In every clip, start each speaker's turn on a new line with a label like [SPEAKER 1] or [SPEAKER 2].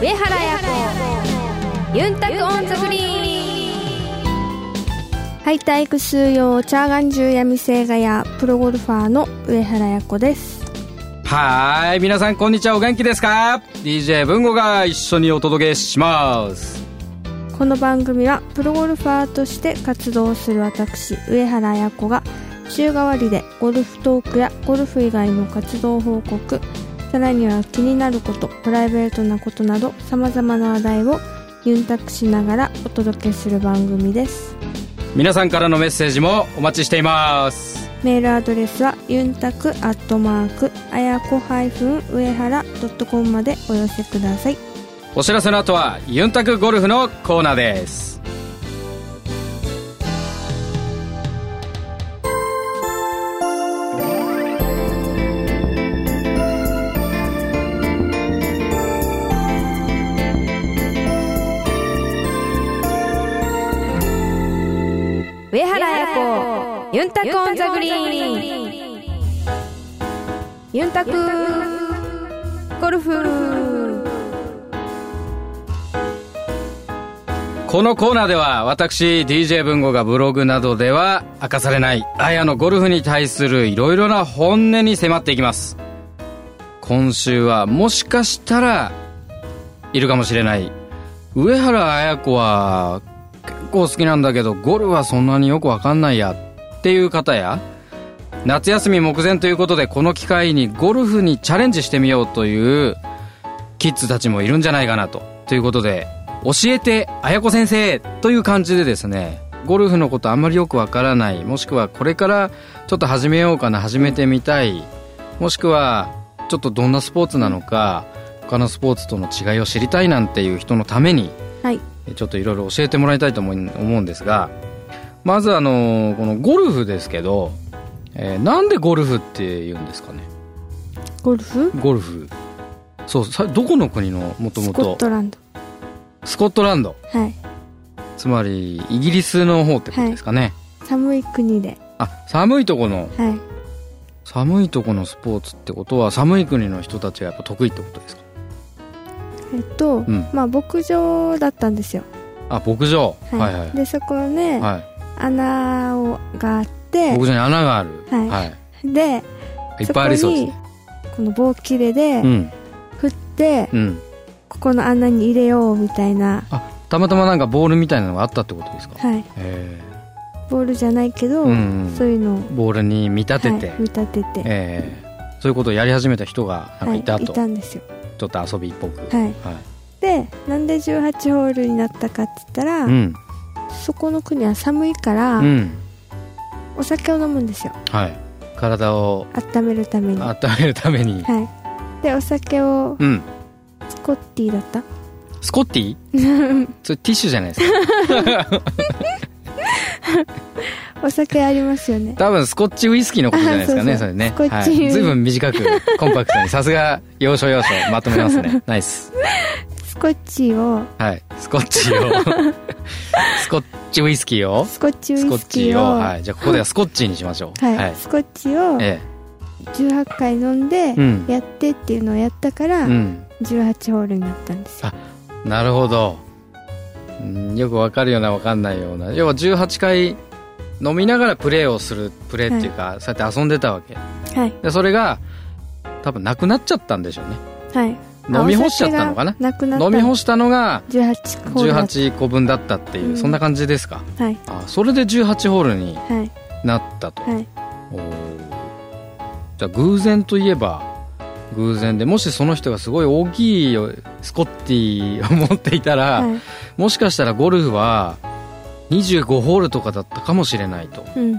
[SPEAKER 1] 上原彩子ユンタクオンザフリー
[SPEAKER 2] はい体育収容チャーガン中闇星画やプロゴルファーの上原彩子です
[SPEAKER 3] はい皆さんこんにちはお元気ですか DJ 文吾が一緒にお届けします
[SPEAKER 2] この番組はプロゴルファーとして活動する私上原彩子が週替わりでゴルフトークやゴルフ以外の活動報告さらには気になることプライベートなことなどさまざまな話題をユンタクしながらお届けする番組です
[SPEAKER 3] 皆さんからのメッセージもお待ちしています
[SPEAKER 2] メールアドレスはユンタクアットマークあやこ上原 .com までお寄せください
[SPEAKER 3] お知らせの後はユンタクゴルフのコーナーです
[SPEAKER 1] 上原彩子ユンタクオンザグリーン
[SPEAKER 2] ユンタクゴルフ
[SPEAKER 3] このコーナーでは私 DJ 文吾がブログなどでは明かされないあやのゴルフに対するいろいろな本音に迫っていきます今週はもしかしたらいるかもしれない上原綾子は結構好きなんだけどゴルフはそんなによくわかんないやっていう方や夏休み目前ということでこの機会にゴルフにチャレンジしてみようというキッズたちもいるんじゃないかなと。ということで、教えて、あやこ先生という感じでですね、ゴルフのことあんまりよくわからない、もしくはこれからちょっと始めようかな、始めてみたい、もしくはちょっとどんなスポーツなのか、他のスポーツとの違いを知りたいなんていう人のために、
[SPEAKER 2] はい
[SPEAKER 3] ちょっといろいろ教えてもらいたいと思い思うんですが、まずあの、このゴルフですけど、えーなんでゴルフって言うんですかね
[SPEAKER 2] ゴルフ
[SPEAKER 3] ゴルフそうさどこの国のもと
[SPEAKER 2] ス
[SPEAKER 3] も
[SPEAKER 2] コッ
[SPEAKER 3] と
[SPEAKER 2] トランド
[SPEAKER 3] スコットランド
[SPEAKER 2] はい
[SPEAKER 3] つまりイギリスの方ってことですかね、
[SPEAKER 2] 寒い国で
[SPEAKER 3] あ寒いとこの
[SPEAKER 2] はい
[SPEAKER 3] 寒いとこのスポーツってことは寒い国の人たちがやっぱ得意ってことですか
[SPEAKER 2] えっと、
[SPEAKER 3] ん
[SPEAKER 2] まあ牧場だったんですよ、
[SPEAKER 3] あ牧場、
[SPEAKER 2] はい
[SPEAKER 3] はい、はい
[SPEAKER 2] でそこね、
[SPEAKER 3] はい
[SPEAKER 2] 穴をがあって
[SPEAKER 3] 牧場に穴がある
[SPEAKER 2] はいで
[SPEAKER 3] い、っぱいありそうですね
[SPEAKER 2] この棒切れで
[SPEAKER 3] うん
[SPEAKER 2] 振って、
[SPEAKER 3] うん
[SPEAKER 2] ここの穴に入れようみたいな
[SPEAKER 3] あたまたまなんかボールみたいなのがあったってことですか、
[SPEAKER 2] はい
[SPEAKER 3] え
[SPEAKER 2] ボールじゃないけど、
[SPEAKER 3] うんうん
[SPEAKER 2] そういうのを
[SPEAKER 3] ーボールに見立てて、
[SPEAKER 2] はい、見立てて、
[SPEAKER 3] えーそういうことをやり始めた人がなん
[SPEAKER 2] は
[SPEAKER 3] か
[SPEAKER 2] い
[SPEAKER 3] いた
[SPEAKER 2] い
[SPEAKER 3] と、
[SPEAKER 2] たんですよ
[SPEAKER 3] ちょっと遊びっぽく
[SPEAKER 2] はい
[SPEAKER 3] はい
[SPEAKER 2] でなんで18ホールになったかって言ったら、
[SPEAKER 3] うん
[SPEAKER 2] そこの国は寒いから、
[SPEAKER 3] うん
[SPEAKER 2] お酒を飲むんですよ
[SPEAKER 3] はい体を
[SPEAKER 2] 温めるためには
[SPEAKER 3] 温めるために、
[SPEAKER 2] いでお酒を
[SPEAKER 3] うん
[SPEAKER 2] スコッティだった
[SPEAKER 3] スコッティ それティッシュじゃないですか
[SPEAKER 2] お酒ありますよね
[SPEAKER 3] 多分スコッチウイスキーのことじゃないですかね
[SPEAKER 2] そ
[SPEAKER 3] そ
[SPEAKER 2] そう
[SPEAKER 3] うれね
[SPEAKER 2] スコッチ
[SPEAKER 3] はい、ずいぶん短くコンパクトにさすが要所要所まとめま すねナイス
[SPEAKER 2] スコッチを
[SPEAKER 3] はいスコッ チをスコッチウイスキーを
[SPEAKER 2] スコッチウイ
[SPEAKER 3] スコッ
[SPEAKER 2] スキ
[SPEAKER 3] チ
[SPEAKER 2] ー
[SPEAKER 3] を
[SPEAKER 2] を
[SPEAKER 3] はいじゃあここではスコッチにしましょう
[SPEAKER 2] はい
[SPEAKER 3] はい、
[SPEAKER 2] スコッチを
[SPEAKER 3] え
[SPEAKER 2] 18回飲んで
[SPEAKER 3] うん
[SPEAKER 2] やってっていうのをやったか
[SPEAKER 3] え
[SPEAKER 2] ら
[SPEAKER 3] うん
[SPEAKER 2] 18ホールになったんですよ、
[SPEAKER 3] なるほど、うんよくわかるようなわかんないような要は18回飲みながらプレーをするプレーっていうか、そうやって遊んでたわけ
[SPEAKER 2] はい
[SPEAKER 3] でそれが多分なくなっちゃったんでしょうね
[SPEAKER 2] はい
[SPEAKER 3] 飲み干しちゃったのかな
[SPEAKER 2] お酒がなくなった
[SPEAKER 3] 飲み干
[SPEAKER 2] し
[SPEAKER 3] したのが
[SPEAKER 2] 18ホールだっ
[SPEAKER 3] 18個分だったっていう、
[SPEAKER 2] うん
[SPEAKER 3] そんな感じですか
[SPEAKER 2] たはい
[SPEAKER 3] あそれで18ホールに
[SPEAKER 2] はい
[SPEAKER 3] なったと、
[SPEAKER 2] はい
[SPEAKER 3] おーじゃあ偶然といえば偶然でもしその人がすごい大きいスコッティを持っていたら、
[SPEAKER 2] はい
[SPEAKER 3] もしかしたらゴルフは25ホールとかだったかもしれないと
[SPEAKER 2] うん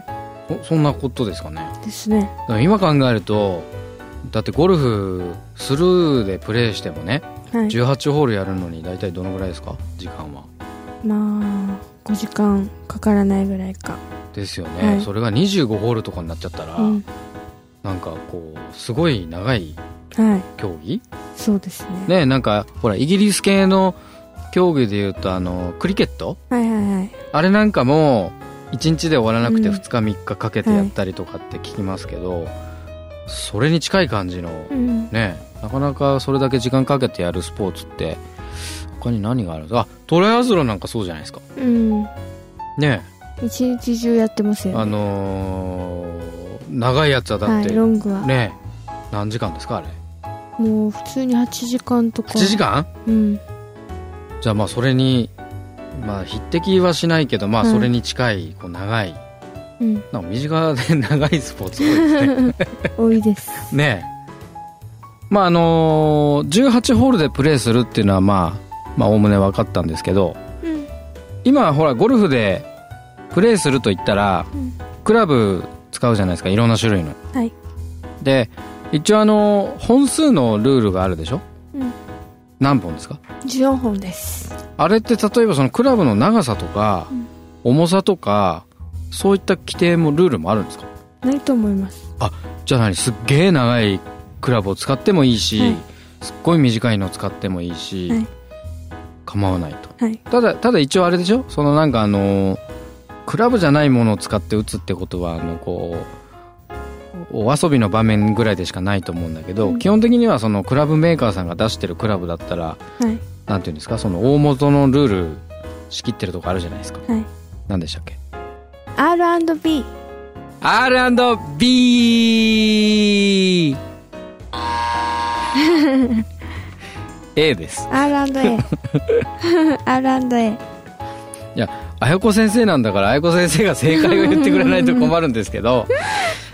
[SPEAKER 3] おそんなことですかね
[SPEAKER 2] ですね
[SPEAKER 3] だから今考えるとだってゴルフスルーでプレーしてもね
[SPEAKER 2] はい
[SPEAKER 3] 18ホールやるのに大体どのぐらいですか時間は
[SPEAKER 2] まあ5時間かからないぐらいか
[SPEAKER 3] ですよね、
[SPEAKER 2] はい
[SPEAKER 3] それが25ホールとかになっちゃったら、
[SPEAKER 2] うん
[SPEAKER 3] なんかこうすごい長い
[SPEAKER 2] はい
[SPEAKER 3] 競技
[SPEAKER 2] そうですね
[SPEAKER 3] ねなんかほらイギリス系の競技でいうとあのクリケット
[SPEAKER 2] はいはいはい
[SPEAKER 3] あれなんかも1日で終わらなくて
[SPEAKER 2] うん
[SPEAKER 3] 2日3日かけてやったりとかって聞きますけど、それに近い感じの
[SPEAKER 2] うん
[SPEAKER 3] ねなかなかそれだけ時間かけてやるスポーツって他に何があるあトライアスロンなんかそうじゃないですか
[SPEAKER 2] うん
[SPEAKER 3] ね
[SPEAKER 2] 一日中やってます
[SPEAKER 3] え
[SPEAKER 2] よ、ね、
[SPEAKER 3] あのー長いやつはだ
[SPEAKER 2] は
[SPEAKER 3] っ
[SPEAKER 2] い
[SPEAKER 3] て、
[SPEAKER 2] ロングは、
[SPEAKER 3] ねえ何時間ですかあれ
[SPEAKER 2] もう普通に8時間とか
[SPEAKER 3] 8時間
[SPEAKER 2] うん
[SPEAKER 3] じゃあまあそれにまあ匹敵はしないけどまあ
[SPEAKER 2] うん
[SPEAKER 3] それに近いこう長い、
[SPEAKER 2] うん
[SPEAKER 3] なんか身近で長いスポーツ多い
[SPEAKER 2] 多い
[SPEAKER 3] ですね
[SPEAKER 2] です
[SPEAKER 3] ねえまああのー18ホールでプレーするっていうのはまあまあおおむね分かったんですけど
[SPEAKER 2] うん
[SPEAKER 3] 今ほらゴルフでプレーすると言ったら、
[SPEAKER 2] うん
[SPEAKER 3] クラブ使うじゃないですかいろんな種類の
[SPEAKER 2] はい
[SPEAKER 3] で一応あの本数のルールがあるでしょ、
[SPEAKER 2] うん
[SPEAKER 3] 何本ですか
[SPEAKER 2] 14本です
[SPEAKER 3] あれって例えばそのクラブの長さとか、
[SPEAKER 2] うん
[SPEAKER 3] 重さとかそういった規定もルールもあるんですか
[SPEAKER 2] ないと思います
[SPEAKER 3] じゃあ何すっげえ長いクラブを使ってもいいし、
[SPEAKER 2] はい
[SPEAKER 3] すっごい短いのを使ってもいいし、
[SPEAKER 2] はい
[SPEAKER 3] 構わないと
[SPEAKER 2] はい
[SPEAKER 3] ただただ一応あれでしょそのなんかあのクラブじゃないものを使って打つってことはあのこうお遊びの場面ぐらいでしかないと思うんだけど、
[SPEAKER 2] うん
[SPEAKER 3] 基本的にはそのクラブメーカーさんが出してるクラブだった
[SPEAKER 2] は
[SPEAKER 3] ら
[SPEAKER 2] い
[SPEAKER 3] なんていうんですかその大元のルール仕切ってるとこあるじゃないですか
[SPEAKER 2] はい
[SPEAKER 3] 何でしたっけ
[SPEAKER 2] R&B
[SPEAKER 3] R&B A です
[SPEAKER 2] R&A R&A
[SPEAKER 3] 綾子先生なんだから綾子先生が正解を言ってくれないと困るんですけど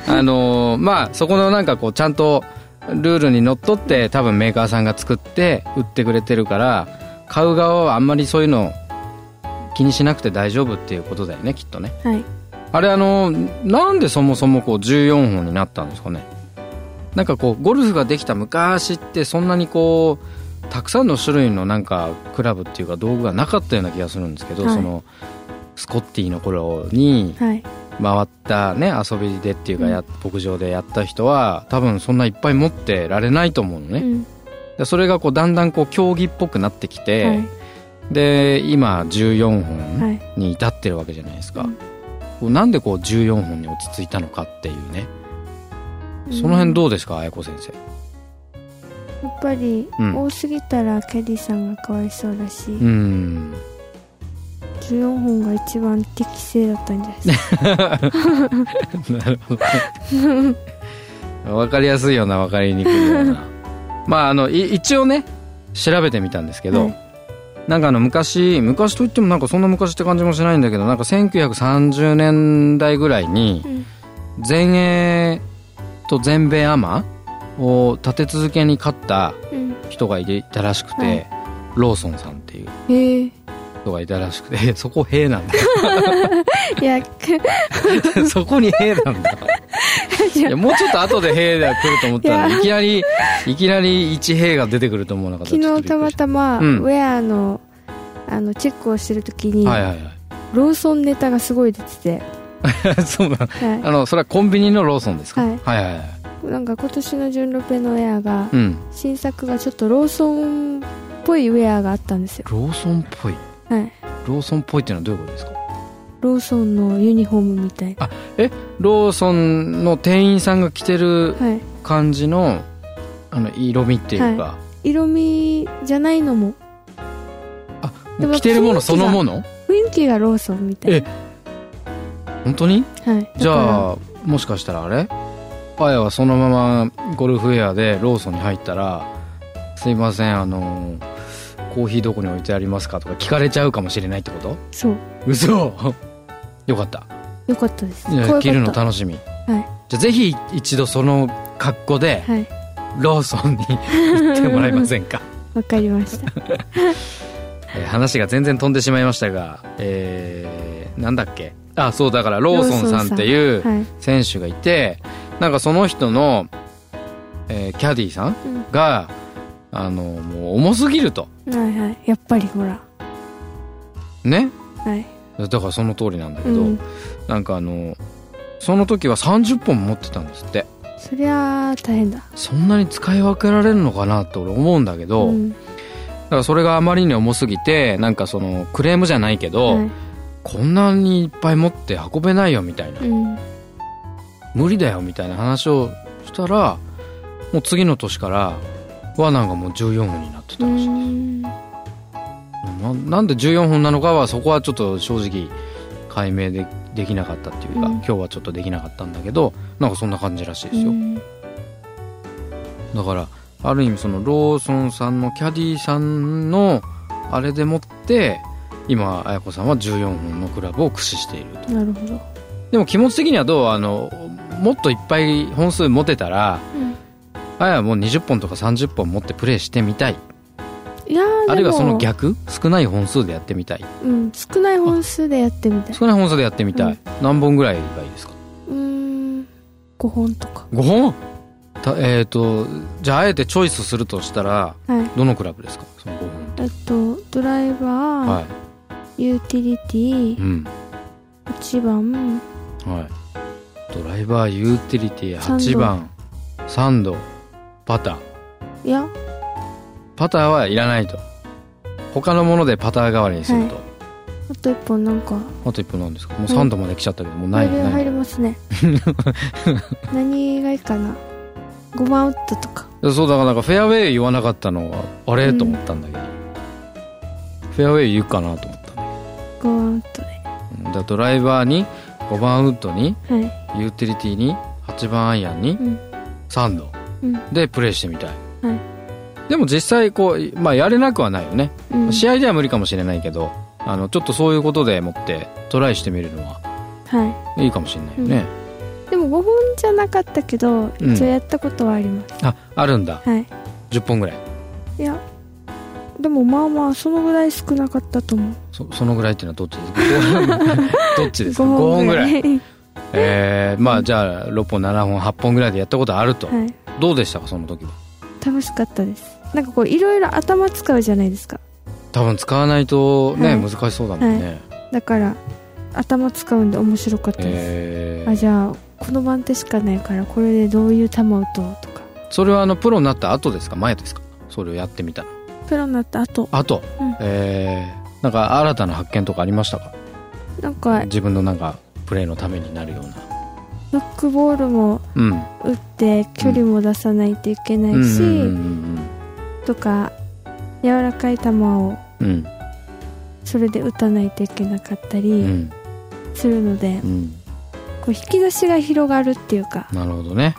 [SPEAKER 3] あのーまあそこのなんかこうちゃんとルールにのっとって多分メーカーさんが作って売ってくれてるから買う側はあんまりそういうの気にしなくて大丈夫っていうことだよねきっとね
[SPEAKER 2] はい
[SPEAKER 3] あれあのーなんでそもそもこう14本になったんですかねなんかこうゴルフができた昔ってそんなにこうたくさんの種類のなんかクラブっていうか道具がなかったような気がするんですけど、
[SPEAKER 2] はい
[SPEAKER 3] そのスコッティの頃に
[SPEAKER 2] はい
[SPEAKER 3] 回ったね遊びでっていうかや、
[SPEAKER 2] う
[SPEAKER 3] 牧場でやった人は多分そんないっぱい持ってられないと思うの
[SPEAKER 2] う
[SPEAKER 3] ね、
[SPEAKER 2] ん
[SPEAKER 3] でそれがこうだんだんこう競技っぽくなってきて、
[SPEAKER 2] はい
[SPEAKER 3] で今14本
[SPEAKER 2] はい
[SPEAKER 3] に至ってるわけじゃないですか、
[SPEAKER 2] うん
[SPEAKER 3] こうなんでこう14本に落ち着いたのかっていうねその辺
[SPEAKER 2] うん
[SPEAKER 3] どうですか綾子先生
[SPEAKER 2] やっぱり
[SPEAKER 3] うん
[SPEAKER 2] 多すぎたらケリーさんがかわいそうだし、
[SPEAKER 3] うん
[SPEAKER 2] 14本が一番適正だったんじゃないですか
[SPEAKER 3] なるほど。わかりやすいような、わかりにくいような。まあ、あの、い一応ね、調べてみたんですけど、
[SPEAKER 2] はい
[SPEAKER 3] なんかあの、昔、昔といってもなんかそんな昔って感じもしないんだけど、なんか1930年代ぐらいに
[SPEAKER 2] う、ん
[SPEAKER 3] 全英と全米アマを立て続けに勝った
[SPEAKER 2] うん
[SPEAKER 3] 人がいていたらしくて、
[SPEAKER 2] はい
[SPEAKER 3] ローソンさんっていう
[SPEAKER 2] へえ
[SPEAKER 3] 人がいたらしくて、 そこ兵なんだ。
[SPEAKER 2] いや
[SPEAKER 3] そこに兵なん だ。いやもうちょっと後で兵が来ると思った
[SPEAKER 2] いや
[SPEAKER 3] らいきなりいきなり一兵が出てくると思わなかった
[SPEAKER 2] 昨日たま
[SPEAKER 3] ま
[SPEAKER 2] たま、
[SPEAKER 3] うん
[SPEAKER 2] ウェアのあのチェックをしてるときに、
[SPEAKER 3] はいはい
[SPEAKER 2] ローソンネタがすごい出てて、
[SPEAKER 3] はい そうなん
[SPEAKER 2] は
[SPEAKER 3] あのそれはコンビニのローソンですか、は
[SPEAKER 2] はいい、
[SPEAKER 3] はいはい
[SPEAKER 2] い、なんか今年の純ロペのウェアが、
[SPEAKER 3] うん
[SPEAKER 2] 新作がちょっとローソンっぽいウェアがあったんですよ
[SPEAKER 3] ローソンっぽい
[SPEAKER 2] はい
[SPEAKER 3] ローソンっぽいっていうのはどういうことですか
[SPEAKER 2] ローソンのユニフォームみたい
[SPEAKER 3] ローソンの店員さんが着てる
[SPEAKER 2] なはい
[SPEAKER 3] 感じのあの色味っていうか、
[SPEAKER 2] 色味じゃないのもで
[SPEAKER 3] も
[SPEAKER 2] も
[SPEAKER 3] う着てるものそのもの
[SPEAKER 2] 雰囲気がローソンみたいな
[SPEAKER 3] 本当に
[SPEAKER 2] はい
[SPEAKER 3] じゃあもしかしたらあれあやはそのままゴルフウェアでローソンに入ったら「すいませんあのコーヒーどこに置いてありますか?」とか聞かれちゃうかもしれないってこと
[SPEAKER 2] そう
[SPEAKER 3] 嘘 よかった
[SPEAKER 2] よかったです
[SPEAKER 3] いや
[SPEAKER 2] 可愛かった
[SPEAKER 3] 着るの楽しみ、じゃあぜひ一度その格好で
[SPEAKER 2] はい
[SPEAKER 3] ローソンに行ってもらえません か
[SPEAKER 2] わかりました
[SPEAKER 3] えー話が全然飛んでしまいましたがえー、なんだっけあそうだからローソンさんっていう
[SPEAKER 2] はい
[SPEAKER 3] 選手がいてなんかその人の、えーキャディーさん
[SPEAKER 2] うん
[SPEAKER 3] が、あのもう重すぎると
[SPEAKER 2] はいはいやっぱりほら
[SPEAKER 3] ね
[SPEAKER 2] はい
[SPEAKER 3] だからその通りなんだけ
[SPEAKER 2] う
[SPEAKER 3] ど、
[SPEAKER 2] ん
[SPEAKER 3] なんかあのその時は30本持ってたんですって
[SPEAKER 2] そりゃあ大変だ
[SPEAKER 3] そんなに使い分けられるのかなって俺思うんだけど、
[SPEAKER 2] ん
[SPEAKER 3] だからそれがあまりに重すぎてなんかそのクレームじゃないけど、
[SPEAKER 2] はい
[SPEAKER 3] こんなにいっぱい持って運べないよみたいな
[SPEAKER 2] うん
[SPEAKER 3] 無理だよみたいな話をしたらもう次の年からはなんかもう14本になってた
[SPEAKER 2] う
[SPEAKER 3] らしい
[SPEAKER 2] ん
[SPEAKER 3] ななんで14本なのかはそこはちょっと正直解明でできなかったっていうか、
[SPEAKER 2] うん
[SPEAKER 3] 今日はちょっとできなかったんだけどなんかそんな感じらしいですよ、
[SPEAKER 2] うん
[SPEAKER 3] だからある意味そのローソンさんのキャディさんのあれでもって今綾子さんは14本のクラブを駆使していると
[SPEAKER 2] なるほど、
[SPEAKER 3] でも気持ち的にはどうあのもっといっぱい本数持てたらあやはもう20本とか30本持ってプレイしてみたい
[SPEAKER 2] いやーでも
[SPEAKER 3] あるいはその逆少ない本数でやってみたい
[SPEAKER 2] うん、少ない本数でやってみたいう
[SPEAKER 3] 少ない本数でやってみたい、何本ぐらいがいいですか
[SPEAKER 2] ーん5本とか
[SPEAKER 3] 5本たえっ、とじゃああえてチョイスするとしたら
[SPEAKER 2] はい
[SPEAKER 3] どのクラブですかその5本
[SPEAKER 2] あとドライバー、
[SPEAKER 3] は
[SPEAKER 2] ユーティリティ
[SPEAKER 3] いうん
[SPEAKER 2] 1番
[SPEAKER 3] はいドライバーユーティリティ
[SPEAKER 2] サンド
[SPEAKER 3] 8番サンドパター
[SPEAKER 2] いや
[SPEAKER 3] パターはいらないと他のものでパター代わりにすると、
[SPEAKER 2] あと1本なんか
[SPEAKER 3] あと1本なんですかもうサンドまで来ちゃったけど、もうない
[SPEAKER 2] 入れ
[SPEAKER 3] な
[SPEAKER 2] 入
[SPEAKER 3] い
[SPEAKER 2] ります ね何がいいかな5番ウッドとか
[SPEAKER 3] そうだからなんかフェアウェイ言わなかったのはあれ、
[SPEAKER 2] うん
[SPEAKER 3] と思ったんだけどフェアウェイ言うかなと思ったんだ
[SPEAKER 2] 5番ウッドで
[SPEAKER 3] けどうんだからドライバーに5番ウッドに
[SPEAKER 2] はい
[SPEAKER 3] ユーティリティに8番アイアンに
[SPEAKER 2] うん
[SPEAKER 3] サンド
[SPEAKER 2] うん
[SPEAKER 3] でプレイしてみたい、
[SPEAKER 2] は
[SPEAKER 3] でも実際こう、まあ、やれなくはないよね、
[SPEAKER 2] うん
[SPEAKER 3] 試合では無理かもしれないけどあのちょっとそういうことでもってトライしてみるのは
[SPEAKER 2] はい
[SPEAKER 3] いいかもしれないよね、
[SPEAKER 2] でも5本じゃなかったけど
[SPEAKER 3] うん
[SPEAKER 2] 一応やったことはあります、
[SPEAKER 3] ああるんだ
[SPEAKER 2] はい
[SPEAKER 3] 10本ぐらい
[SPEAKER 2] いやでもまあまあそのぐらい少なかったと思う
[SPEAKER 3] そそのぐらいっていうのはどっちです かどっちですか5本ぐらい
[SPEAKER 2] いはい
[SPEAKER 3] えー、まあじゃあ6本7本8本ぐらいでやったことあると、どうでしたかその時は
[SPEAKER 2] 楽しかったですなんかこういろいろ頭使うじゃないですか
[SPEAKER 3] 多分使わないとね、
[SPEAKER 2] はい
[SPEAKER 3] 難しそうだもんね、
[SPEAKER 2] だから頭使うんで面白かったです、
[SPEAKER 3] え
[SPEAKER 2] あ
[SPEAKER 3] ー、
[SPEAKER 2] じゃあこの番手しかないからこれでどういう球を打とうとか
[SPEAKER 3] それはあのプロになった後ですか前ですかそれをやってみたの
[SPEAKER 2] プロになった後
[SPEAKER 3] あと、
[SPEAKER 2] うん
[SPEAKER 3] えー、なんか新たな発見とかありましたか、
[SPEAKER 2] なんか
[SPEAKER 3] 自分のなんかプレーのためになるような
[SPEAKER 2] ノックボールも
[SPEAKER 3] うん
[SPEAKER 2] 打って距離も出さないといけないし、
[SPEAKER 3] うんうん
[SPEAKER 2] とか柔らかい球を
[SPEAKER 3] うんうん
[SPEAKER 2] それで打たないといけなかった
[SPEAKER 3] うんう
[SPEAKER 2] り
[SPEAKER 3] ん
[SPEAKER 2] するので、
[SPEAKER 3] うん
[SPEAKER 2] こう引き出しが広がるっていうか
[SPEAKER 3] なるほどね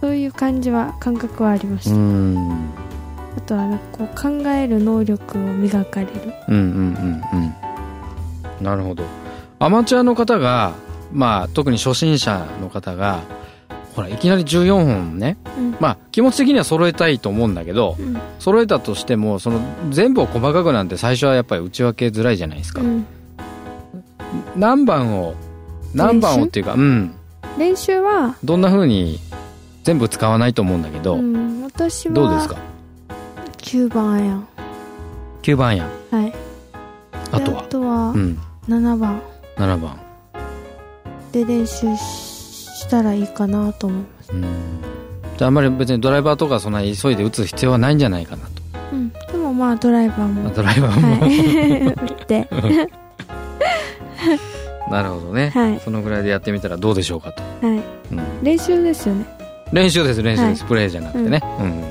[SPEAKER 2] そういう感じは感覚はありまし
[SPEAKER 3] う
[SPEAKER 2] た、
[SPEAKER 3] んうん
[SPEAKER 2] あとはなんかこう考える能力を磨かれる
[SPEAKER 3] うんうんうんなるほどアマチュアの方がまあ特に初心者の方がほらいきなり14本ね、
[SPEAKER 2] うん
[SPEAKER 3] まあ気持ち的には揃えたいと思うんだけど
[SPEAKER 2] うん
[SPEAKER 3] 揃えたとしてもその全部を細かくなんて最初はやっぱり打ち分けづらいじゃないですか、
[SPEAKER 2] うん
[SPEAKER 3] 何番を何番をっていうかうん
[SPEAKER 2] 練習は、
[SPEAKER 3] どんな風に全部使わないと思うんだけど、
[SPEAKER 2] うん、私
[SPEAKER 3] どうです
[SPEAKER 2] は
[SPEAKER 3] か
[SPEAKER 2] 9番やん
[SPEAKER 3] 9番や
[SPEAKER 2] はい
[SPEAKER 3] あと
[SPEAKER 2] で
[SPEAKER 3] は
[SPEAKER 2] あとは
[SPEAKER 3] うん
[SPEAKER 2] 7番
[SPEAKER 3] 7番
[SPEAKER 2] で練習ししたらいいかなと思います
[SPEAKER 3] うんじゃああんまり別にドライバーとかそんな急いで打つ必要はないんじゃないかなと
[SPEAKER 2] うんでもまあドライバーも
[SPEAKER 3] ドライバーも、
[SPEAKER 2] はい 打って
[SPEAKER 3] なるほどね、
[SPEAKER 2] はい
[SPEAKER 3] そのぐらいでやってみたらどうでしょうかと、
[SPEAKER 2] は
[SPEAKER 3] うん
[SPEAKER 2] い練習ですよね
[SPEAKER 3] 練習です練習です、プレーじゃなくてね、うん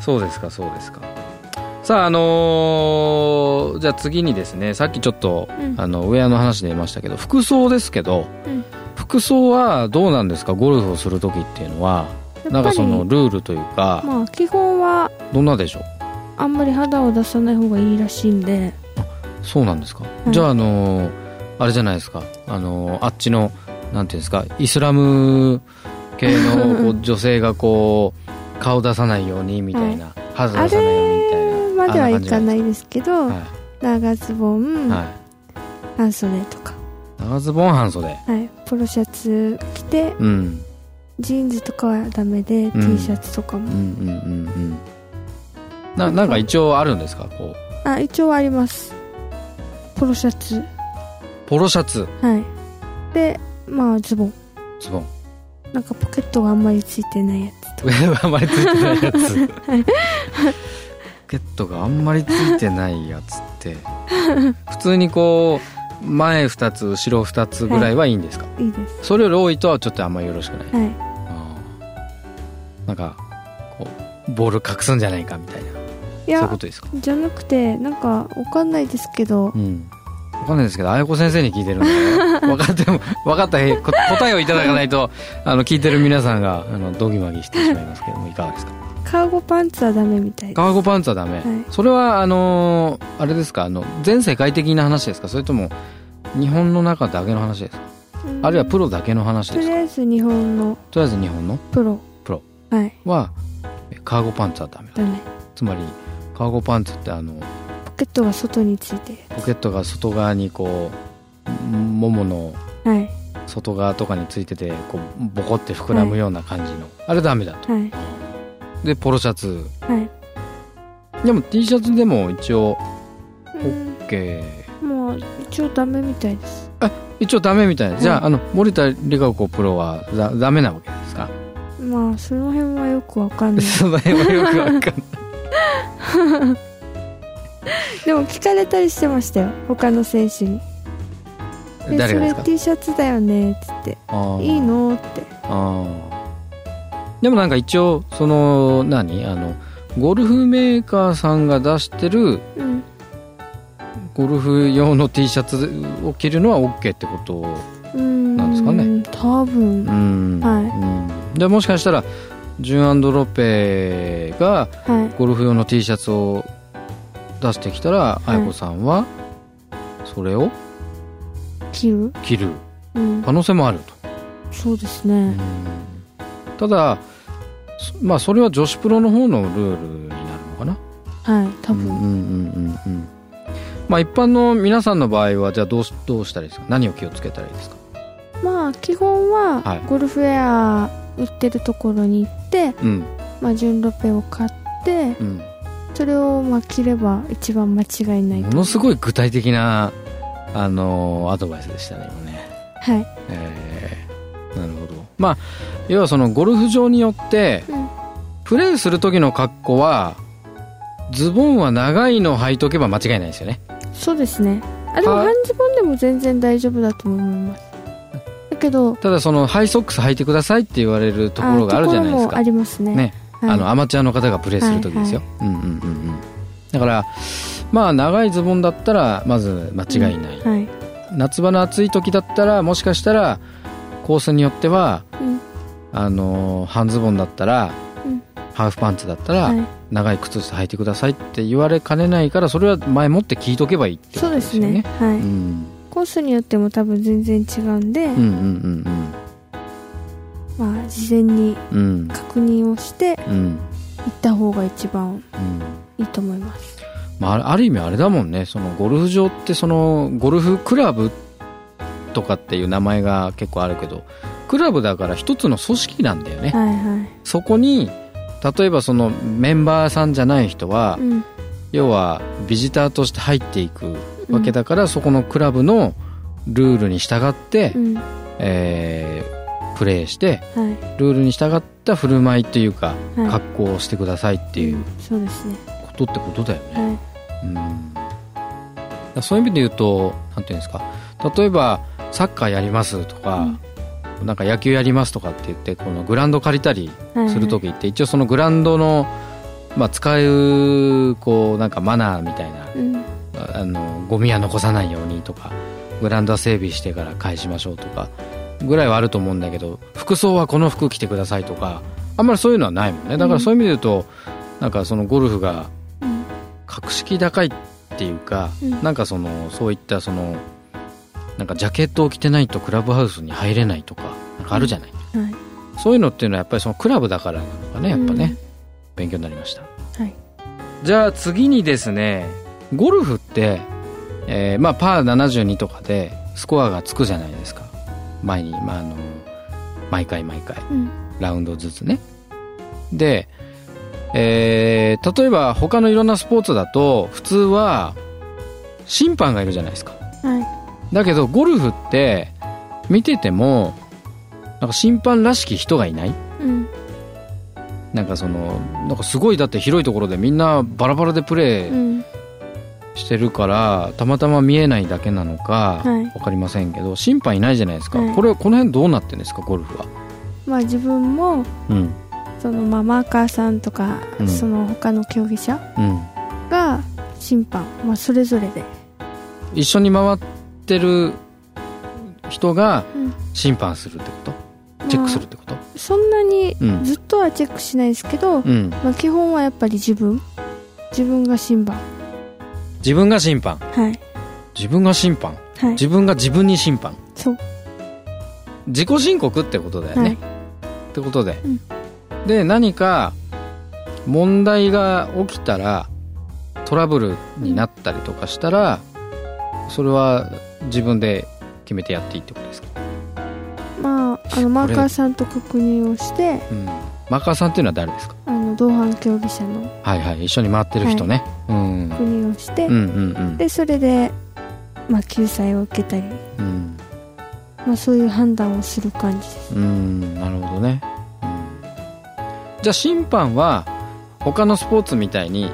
[SPEAKER 3] そうですかそうですかさああのーじゃあ次にですねさっきちょっと、
[SPEAKER 2] うん
[SPEAKER 3] あのウェアの話で言いましたけど服装ですけど、
[SPEAKER 2] うん
[SPEAKER 3] 服装はどうなんですかゴルフをする時っていうのはな
[SPEAKER 2] や
[SPEAKER 3] ん
[SPEAKER 2] っぱ
[SPEAKER 3] かそ
[SPEAKER 2] り
[SPEAKER 3] のルールというか、
[SPEAKER 2] まあ基本は
[SPEAKER 3] どんなでしょう
[SPEAKER 2] あんまり肌を出さない方がいいらしいんで
[SPEAKER 3] そうなんですか、
[SPEAKER 2] い
[SPEAKER 3] じゃああのーあれじゃないですかあのーあっちのなんていうんですかイスラム系のこう女性がこう顔出さないようにみたいな、肌出さないようにみたいな
[SPEAKER 2] まではいかないいですけど、
[SPEAKER 3] は
[SPEAKER 2] 長ズボ
[SPEAKER 3] い、
[SPEAKER 2] ン、
[SPEAKER 3] は
[SPEAKER 2] 半袖とか、
[SPEAKER 3] い、長ズボン半袖
[SPEAKER 2] はい、ポロシャツ着て
[SPEAKER 3] うん
[SPEAKER 2] ジーンズとかはダメで、
[SPEAKER 3] うん
[SPEAKER 2] T シャツとか
[SPEAKER 3] うんう
[SPEAKER 2] も
[SPEAKER 3] んうんうんななんか一応あるんですかこう
[SPEAKER 2] あ一応ありますポロシャツ
[SPEAKER 3] ポロシャツ
[SPEAKER 2] はいでまあズボン
[SPEAKER 3] ズボン
[SPEAKER 2] なんかポケットがあんまりついてないやつと
[SPEAKER 3] ポケットがあんまりついてないや つポケットがあんまりついてないやつって普通にこう前2つ後ろ2つぐらいはいいんですか、
[SPEAKER 2] いいです
[SPEAKER 3] それより多いとはちょっとあんまりよろしくない、
[SPEAKER 2] は
[SPEAKER 3] あーなんかこうボール隠すんじゃないかみたいない
[SPEAKER 2] い
[SPEAKER 3] そういうこ
[SPEAKER 2] や
[SPEAKER 3] とですか
[SPEAKER 2] じゃなくてなんかわかんないですけど
[SPEAKER 3] うんわかんないですけど綾子先生に聞いてるん で分かっても分かったへこ答えをいただかないとあの聞いてる皆さんがあのドギマギしてしまいますけどもいかがですか
[SPEAKER 2] カーゴパンツはダメみたいです
[SPEAKER 3] カーゴパンツはダメ、
[SPEAKER 2] はい
[SPEAKER 3] それはあのーあれですかあの全世界的な話ですかそれとも日本の中だけの話ですか、
[SPEAKER 2] うん
[SPEAKER 3] あるいはプロだけの話
[SPEAKER 2] と
[SPEAKER 3] です
[SPEAKER 2] り
[SPEAKER 3] か
[SPEAKER 2] あえず日本の
[SPEAKER 3] とりあえず日本の
[SPEAKER 2] プロ
[SPEAKER 3] プロ
[SPEAKER 2] はい
[SPEAKER 3] はえカーゴパンツはダメだ
[SPEAKER 2] ダメ
[SPEAKER 3] つまりカーゴパンツってあの
[SPEAKER 2] ポケットが外について
[SPEAKER 3] ポケットが外側にこうももの
[SPEAKER 2] はい
[SPEAKER 3] 外側とかについててこうボコって膨らむような感じの、あれダメだと
[SPEAKER 2] はい
[SPEAKER 3] でポロシャツ
[SPEAKER 2] はい
[SPEAKER 3] でも T シャツでも一応
[SPEAKER 2] うん、
[SPEAKER 3] OK
[SPEAKER 2] もう一応ダメみたいです
[SPEAKER 3] 一応ダメみたいな、じゃ
[SPEAKER 2] うん
[SPEAKER 3] ああの森田理香子プロはダダメなわけですか、
[SPEAKER 2] まあその辺はよくわかん ない
[SPEAKER 3] その辺はよくわかんない
[SPEAKER 2] でも聞かれたりしてましたよ他の選手に「え
[SPEAKER 3] 誰
[SPEAKER 2] そ
[SPEAKER 3] がで
[SPEAKER 2] れ
[SPEAKER 3] すか
[SPEAKER 2] T シャツだよね」っつって「
[SPEAKER 3] あー
[SPEAKER 2] いいの?」って
[SPEAKER 3] あーでもなんか一応その何あのゴルフメーカーさんが出してる
[SPEAKER 2] うん
[SPEAKER 3] ゴルフ用の T シャツを着るのは OK ってことを
[SPEAKER 2] うん
[SPEAKER 3] なんですかね
[SPEAKER 2] 多分
[SPEAKER 3] うん、うん、でもしかしたらジュンアンドロペが
[SPEAKER 2] はい
[SPEAKER 3] ゴルフ用の T シャツを出してきたら
[SPEAKER 2] い
[SPEAKER 3] あや子さんはそれを
[SPEAKER 2] 切る
[SPEAKER 3] 着る
[SPEAKER 2] うん
[SPEAKER 3] 可能性もあると、
[SPEAKER 2] そうですね
[SPEAKER 3] うんただそまあそれは女子プロの方のルールになるのかな
[SPEAKER 2] はい多
[SPEAKER 3] うん
[SPEAKER 2] 分
[SPEAKER 3] うんうんうんうんまあ一般の皆さんの場合はじゃあどうしどうしたらいいですか何を気をつけたらいいですか
[SPEAKER 2] まあ基本
[SPEAKER 3] はい
[SPEAKER 2] はゴルフウェア売ってるところに行って
[SPEAKER 3] うん
[SPEAKER 2] まあ純ロペを買って
[SPEAKER 3] うん
[SPEAKER 2] それをまあ着れば一番間違いない
[SPEAKER 3] も
[SPEAKER 2] と
[SPEAKER 3] のすごい具体的なあのアドバイスでしたね今ね
[SPEAKER 2] はい
[SPEAKER 3] えーなるほどまあ要はそのゴルフ場によって、
[SPEAKER 2] うん
[SPEAKER 3] プレーする時の格好はズボンは長いの履いとけば間違いないですよね
[SPEAKER 2] そうですねあでも
[SPEAKER 3] はい
[SPEAKER 2] 半ズボンでも全然大丈夫だと思いますだけど
[SPEAKER 3] ただそのハイソックス履いてくださいって言われるところがあるじゃないです
[SPEAKER 2] ところも
[SPEAKER 3] か
[SPEAKER 2] ありますね
[SPEAKER 3] ね
[SPEAKER 2] はい
[SPEAKER 3] あのアマチュアの方がプレーする時ですよ、うんうんうんうんだからまあ長いズボンだったらまず間違いない、
[SPEAKER 2] はい
[SPEAKER 3] 夏場の暑い時だったらもしかしたらコースによっては、
[SPEAKER 2] うん
[SPEAKER 3] あのー半ズボンだったら、
[SPEAKER 2] うん
[SPEAKER 3] ハーフパンツだったら、
[SPEAKER 2] はい
[SPEAKER 3] 長い靴下履いてくださいって言われかねないからそれは前もって聞いとけばいいってこ
[SPEAKER 2] そう
[SPEAKER 3] とで
[SPEAKER 2] ですす
[SPEAKER 3] よ
[SPEAKER 2] ね
[SPEAKER 3] ね。
[SPEAKER 2] はい、
[SPEAKER 3] うん
[SPEAKER 2] コースによっても多分全然違うんで、
[SPEAKER 3] うんうん
[SPEAKER 2] まあ事前に
[SPEAKER 3] うんうん
[SPEAKER 2] 確認をして
[SPEAKER 3] うんうん
[SPEAKER 2] 行った方が一番
[SPEAKER 3] うん
[SPEAKER 2] いいと思います
[SPEAKER 3] まあある、ある意味あれだもんねそのゴルフ場ってそのゴルフクラブとかっていう名前が結構あるけどクラブだから一つの組織なんだよね
[SPEAKER 2] はいはい
[SPEAKER 3] そこに例えばそのメンバーさんじゃない人は、
[SPEAKER 2] うん
[SPEAKER 3] 要はビジターとして入っていくわけだから、そこのクラブのルールに従って、
[SPEAKER 2] うんは
[SPEAKER 3] えープレーして
[SPEAKER 2] い
[SPEAKER 3] ルールに従った振る舞いというか、
[SPEAKER 2] はいっ
[SPEAKER 3] 格好をしてくださいっていう
[SPEAKER 2] そうですね
[SPEAKER 3] ことってことだよね。
[SPEAKER 2] は
[SPEAKER 3] うん、だからそういう意味で言うとなんていうんですか例えばサッカーやりますとか、なんか野球やりますとかって言ってこのグラウンド借りたり
[SPEAKER 2] い、はい、
[SPEAKER 3] する時って一応そのグラウンドの、まあ、使うこうなんかマナーみたいな
[SPEAKER 2] うん
[SPEAKER 3] ああのゴミは残さないようにとかグラウンドは整備してから返しましょうとかぐらいはあると思うんだけど服装はこの服着てくださいとかあんまりそういうのはないもんねだからそういう意味で言うと、なんかそのゴルフが
[SPEAKER 2] うん
[SPEAKER 3] 格式高いっていうか、
[SPEAKER 2] うん
[SPEAKER 3] なんかそのそういったそのなんかジャケットを着てないとクラブハウスに入れないとかなんかあるじゃない、
[SPEAKER 2] はい
[SPEAKER 3] そういうのっていうのはやっぱりそのクラブだからなのかねやっぱね、
[SPEAKER 2] うん
[SPEAKER 3] 勉強になりました
[SPEAKER 2] はい
[SPEAKER 3] じゃあ次にですねゴルフって、えーまあ、パー72とかでスコアがつくじゃないですか前に、まあ、あの毎回毎回
[SPEAKER 2] うん
[SPEAKER 3] ラウンドずつねで、えー例えば他のいろんなスポーツだと普通は審判がいるじゃないですか
[SPEAKER 2] は
[SPEAKER 3] だけどゴルフって見ててもなんか審判らしき人がいない
[SPEAKER 2] いうん
[SPEAKER 3] なんかそのなんかすごいだって広いところでみんなバラバラでプレ
[SPEAKER 2] う
[SPEAKER 3] ー
[SPEAKER 2] ん
[SPEAKER 3] してるから、たまたま見えないだけなのか、
[SPEAKER 2] はい
[SPEAKER 3] わかりませんけど審判いないじゃないですか、
[SPEAKER 2] はい
[SPEAKER 3] これこの辺どうなってんですかゴルフは、
[SPEAKER 2] まあ自分も
[SPEAKER 3] うん
[SPEAKER 2] そのまあマーカーさんとか、
[SPEAKER 3] うん
[SPEAKER 2] その他の競技者
[SPEAKER 3] うん、
[SPEAKER 2] が審判、まあ、それぞれで、
[SPEAKER 3] 一緒に回ってる人が
[SPEAKER 2] うん
[SPEAKER 3] 審判するってこと、チェックするってこと
[SPEAKER 2] そんなに
[SPEAKER 3] うん
[SPEAKER 2] ずっとはチェックしないですけど、
[SPEAKER 3] うん
[SPEAKER 2] まあ、基本はやっぱり自分自分が審判
[SPEAKER 3] 自分が審判
[SPEAKER 2] はい
[SPEAKER 3] 自分が審判
[SPEAKER 2] はい
[SPEAKER 3] 自分が自分に審判
[SPEAKER 2] そう
[SPEAKER 3] 自己申告ってことだよね、
[SPEAKER 2] はい
[SPEAKER 3] ってことで、
[SPEAKER 2] うん
[SPEAKER 3] で何か問題が起きたらトラブルになったりとかしたら、それは自分で決めてやっていいってことですか、
[SPEAKER 2] まああのマーカーさんと確認をして
[SPEAKER 3] うん、マーカーさんっていうのは誰ですか
[SPEAKER 2] あの同伴競技者の
[SPEAKER 3] はいはい一緒に回ってる人ね、うん、
[SPEAKER 2] 確認をして、
[SPEAKER 3] うんうん
[SPEAKER 2] でそれで、まあ、救済を受けたり、
[SPEAKER 3] うんうん
[SPEAKER 2] まあ、そういう判断をする感じです
[SPEAKER 3] うんなるほどね、うん、じゃあ審判は他のスポーツみたいに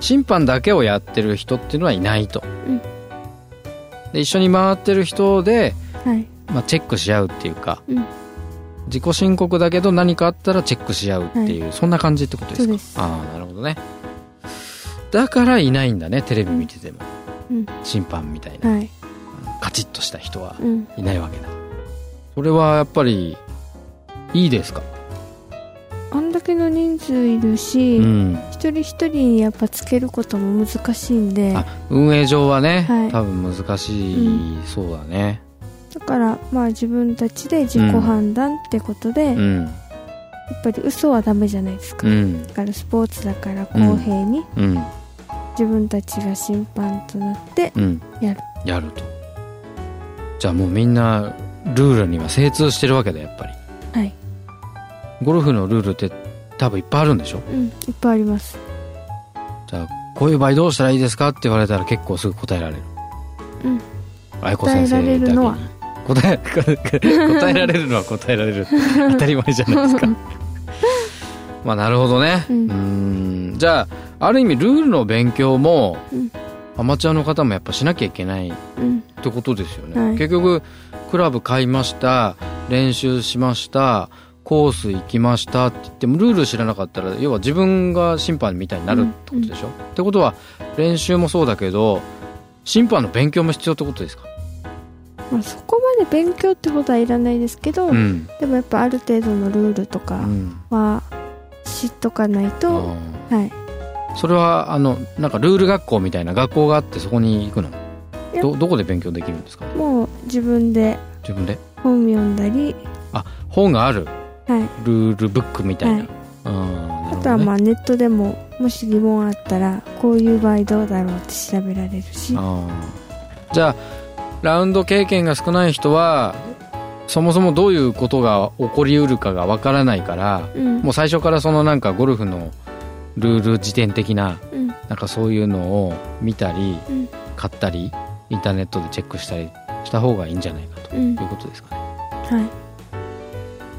[SPEAKER 3] 審判だけをやってる人っていうのはいないと、
[SPEAKER 2] うん
[SPEAKER 3] で一緒に回ってる人で、
[SPEAKER 2] はい
[SPEAKER 3] まあ、チェックし合うっていうか、
[SPEAKER 2] うん
[SPEAKER 3] 自己申告だけど何かあったらチェックし合うっていう、そんな感じってことですか
[SPEAKER 2] そうです
[SPEAKER 3] ああなるほどねだからいないんだねテレビ見てても、
[SPEAKER 2] うん
[SPEAKER 3] 審判みたいな、
[SPEAKER 2] はい
[SPEAKER 3] カチッとした人は
[SPEAKER 2] うん
[SPEAKER 3] いないわけだそれはやっぱりいいですか
[SPEAKER 2] あんだけの人数いるし、
[SPEAKER 3] うん
[SPEAKER 2] 一人一人にやっぱつけることも難しいんで
[SPEAKER 3] あ運営上はね、
[SPEAKER 2] はい
[SPEAKER 3] 多分難しい、そうだね
[SPEAKER 2] だからまあ自分たちで自己判断ってことで、
[SPEAKER 3] う
[SPEAKER 2] やっ
[SPEAKER 3] ん
[SPEAKER 2] ぱり嘘はダメじゃないです
[SPEAKER 3] う
[SPEAKER 2] か、
[SPEAKER 3] ん
[SPEAKER 2] だからスポーツだから公平に
[SPEAKER 3] うん
[SPEAKER 2] 自分たちが審判となって
[SPEAKER 3] うん
[SPEAKER 2] やる
[SPEAKER 3] やるとじゃあもうみんなルールには精通してるわけだやっぱり
[SPEAKER 2] はい、
[SPEAKER 3] ゴルフのルールって多分いっぱいあるんでしょ
[SPEAKER 2] うん、いっぱいあります
[SPEAKER 3] じゃあこういう場合どうしたらいいですかって言われたら結構すぐ答えられる
[SPEAKER 2] うん
[SPEAKER 3] 愛子先生だけ
[SPEAKER 2] 答えられる
[SPEAKER 3] に
[SPEAKER 2] のは
[SPEAKER 3] 答え答えられるのは答えられる当たり前じゃないですかまあなるほどねう
[SPEAKER 2] うん
[SPEAKER 3] んじゃあある意味ルールの勉強も、
[SPEAKER 2] うん
[SPEAKER 3] アマチュアの方もやっぱしなきゃいけないっ
[SPEAKER 2] うん
[SPEAKER 3] てことですよね、
[SPEAKER 2] はい
[SPEAKER 3] 結局クラブ買いました練習しましたコース行きましたって言ってもルール知らなかったら要は自分が審判みたいになるってことでしょ、ってことは練習もそうだけど審判の勉強も必要ってことですか、
[SPEAKER 2] まあ、そこまで勉強ってことはいらないですけど、
[SPEAKER 3] うん
[SPEAKER 2] でもやっぱある程度のルールと
[SPEAKER 3] う
[SPEAKER 2] か
[SPEAKER 3] ん
[SPEAKER 2] は知っとかないと、
[SPEAKER 3] あ
[SPEAKER 2] はい
[SPEAKER 3] ーそれはあのなんかルール学校みたいな学校があってそこに行くの
[SPEAKER 2] いや
[SPEAKER 3] どどこで勉強できるんですか
[SPEAKER 2] もう自分で
[SPEAKER 3] 自分で
[SPEAKER 2] 本読んだり、
[SPEAKER 3] あ本がある
[SPEAKER 2] はい、
[SPEAKER 3] ルールブックみたいな、
[SPEAKER 2] はい
[SPEAKER 3] あ
[SPEAKER 2] あとはまあネットでももし疑問あったらこういう場合どうだろうって調べられるし
[SPEAKER 3] あーじゃあラウンド経験が少ない人はそもそもどういうことが起こりうるかがわからないから
[SPEAKER 2] うん
[SPEAKER 3] もう最初からそのなんかゴルフのルール辞典的な
[SPEAKER 2] うん
[SPEAKER 3] なんかそういうのを見たり、
[SPEAKER 2] うん
[SPEAKER 3] 買ったりインターネットでチェックしたりした方がいいんじゃないかと
[SPEAKER 2] うん
[SPEAKER 3] いうことですかね。
[SPEAKER 2] はい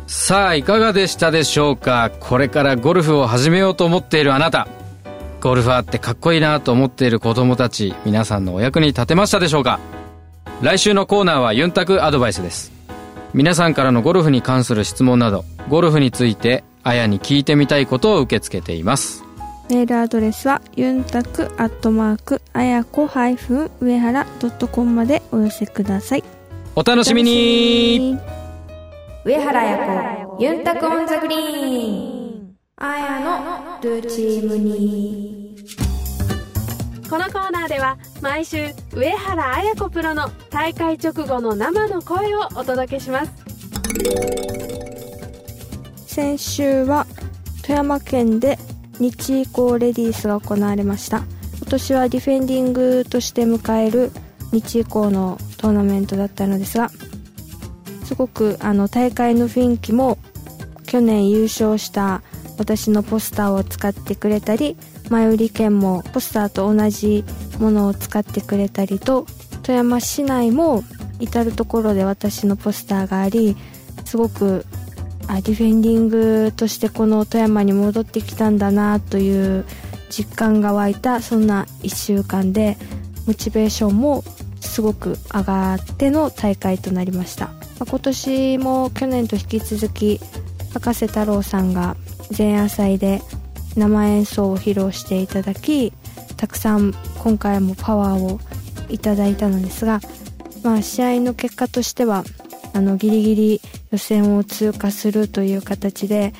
[SPEAKER 3] さあいかがでしたでしょうかこれからゴルフを始めようと思っているあなたゴルファーってかっこいいなと思っている子供たち皆さんのお役に立てましたでしょうか来週のコーナーはユンタクアドバイスです皆さんからのゴルフに関する質問などゴルフについてあやに聞いてみたいことを受け付けています
[SPEAKER 2] メールアドレスはユンタクアットマークあやこハイフン上原ドットコムまでお寄せください
[SPEAKER 3] お楽しみに
[SPEAKER 1] 上原彩子ユンタクオンザグリーン
[SPEAKER 2] あやのルーチームに
[SPEAKER 4] このコーナーでは毎週上原彩子プロの大会直後の生の声をお届けします
[SPEAKER 2] 先週は富山県で日以降レディースが行われました今年はディフェンディングとして迎える日以降のトーナメントだったのですがすごくあの大会の雰囲気も去年優勝した私のポスターを使ってくれたり前売り券もポスターと同じものを使ってくれたりと富山市内も至る所で私のポスターがありすごくあディフェンディングとしてこの富山に戻ってきたんだなという実感が湧いたそんな1週間でモチベーションもすごく上がっての大会となりました、まあ今年も去年と引き続き博士太郎さんが前夜祭で生演奏を披露していただきたくさん今回もパワーをいただいたのですが、まあ、試合の結果としてはあのギリギリ予選を通過するという形で、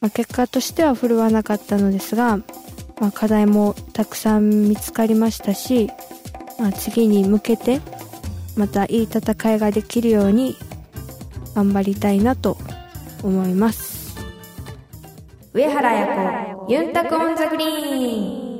[SPEAKER 2] まあ、結果としては振るわなかったのですが、まあ、課題もたくさん見つかりましたし、まあ、次に向けてまたいい戦いができるように頑張りたいなと思います
[SPEAKER 1] 上原彩子ユンタクオンザグリーン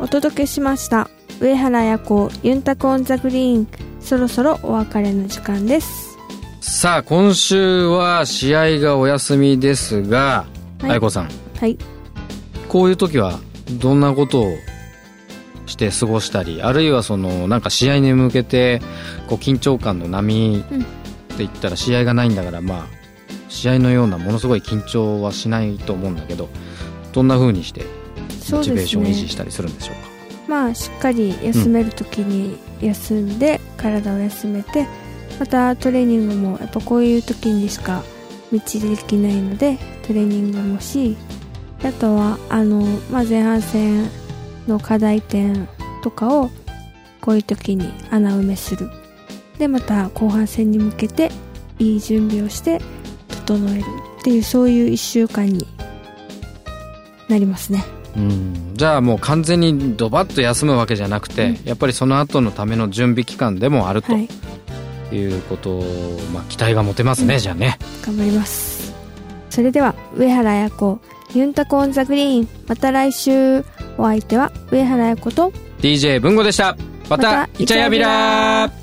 [SPEAKER 2] お届けしました上原彩子ユンタクオンザグリーンそろそろお別れの時間です
[SPEAKER 3] さあ今週は試合がお休みです
[SPEAKER 2] は
[SPEAKER 3] が、
[SPEAKER 2] い
[SPEAKER 3] 愛子さん
[SPEAKER 2] はい
[SPEAKER 3] こういう時はどんなことをして過ごしたりあるいはそのなんか試合に向けてこう緊張感の波
[SPEAKER 2] うん
[SPEAKER 3] って言ったら試合がないんだからまあ試合のようなものすごい緊張はしないと思うんだけどどんな風にして
[SPEAKER 2] そ
[SPEAKER 3] モ
[SPEAKER 2] う
[SPEAKER 3] チベ
[SPEAKER 2] で
[SPEAKER 3] ー
[SPEAKER 2] す
[SPEAKER 3] ションを維
[SPEAKER 2] ね
[SPEAKER 3] 持したりするんでしょうか
[SPEAKER 2] まあしっかり休める時に休んで、体を休めてまたトレーニングもやっぱこういう時にしか道できないのでトレーニングもしあとはあの、まあ、前半戦の課題点とかをこういう時に穴埋めするでまた後半戦に向けていい準備をして整えるっていうそういう1週間になりますね
[SPEAKER 3] うんじゃあもう完全にドバッと休むわけじゃなくて、やっぱりその後のための準備期間でもあると
[SPEAKER 2] はい
[SPEAKER 3] いうことを、まあ、期待が持てますね、じゃあね
[SPEAKER 2] 頑張りますそれでは上原彩子ユンタコオンザグリーンまた来週お相手は上原彩子と
[SPEAKER 3] DJ 文吾でしたまた
[SPEAKER 2] また
[SPEAKER 3] イチャヤビラー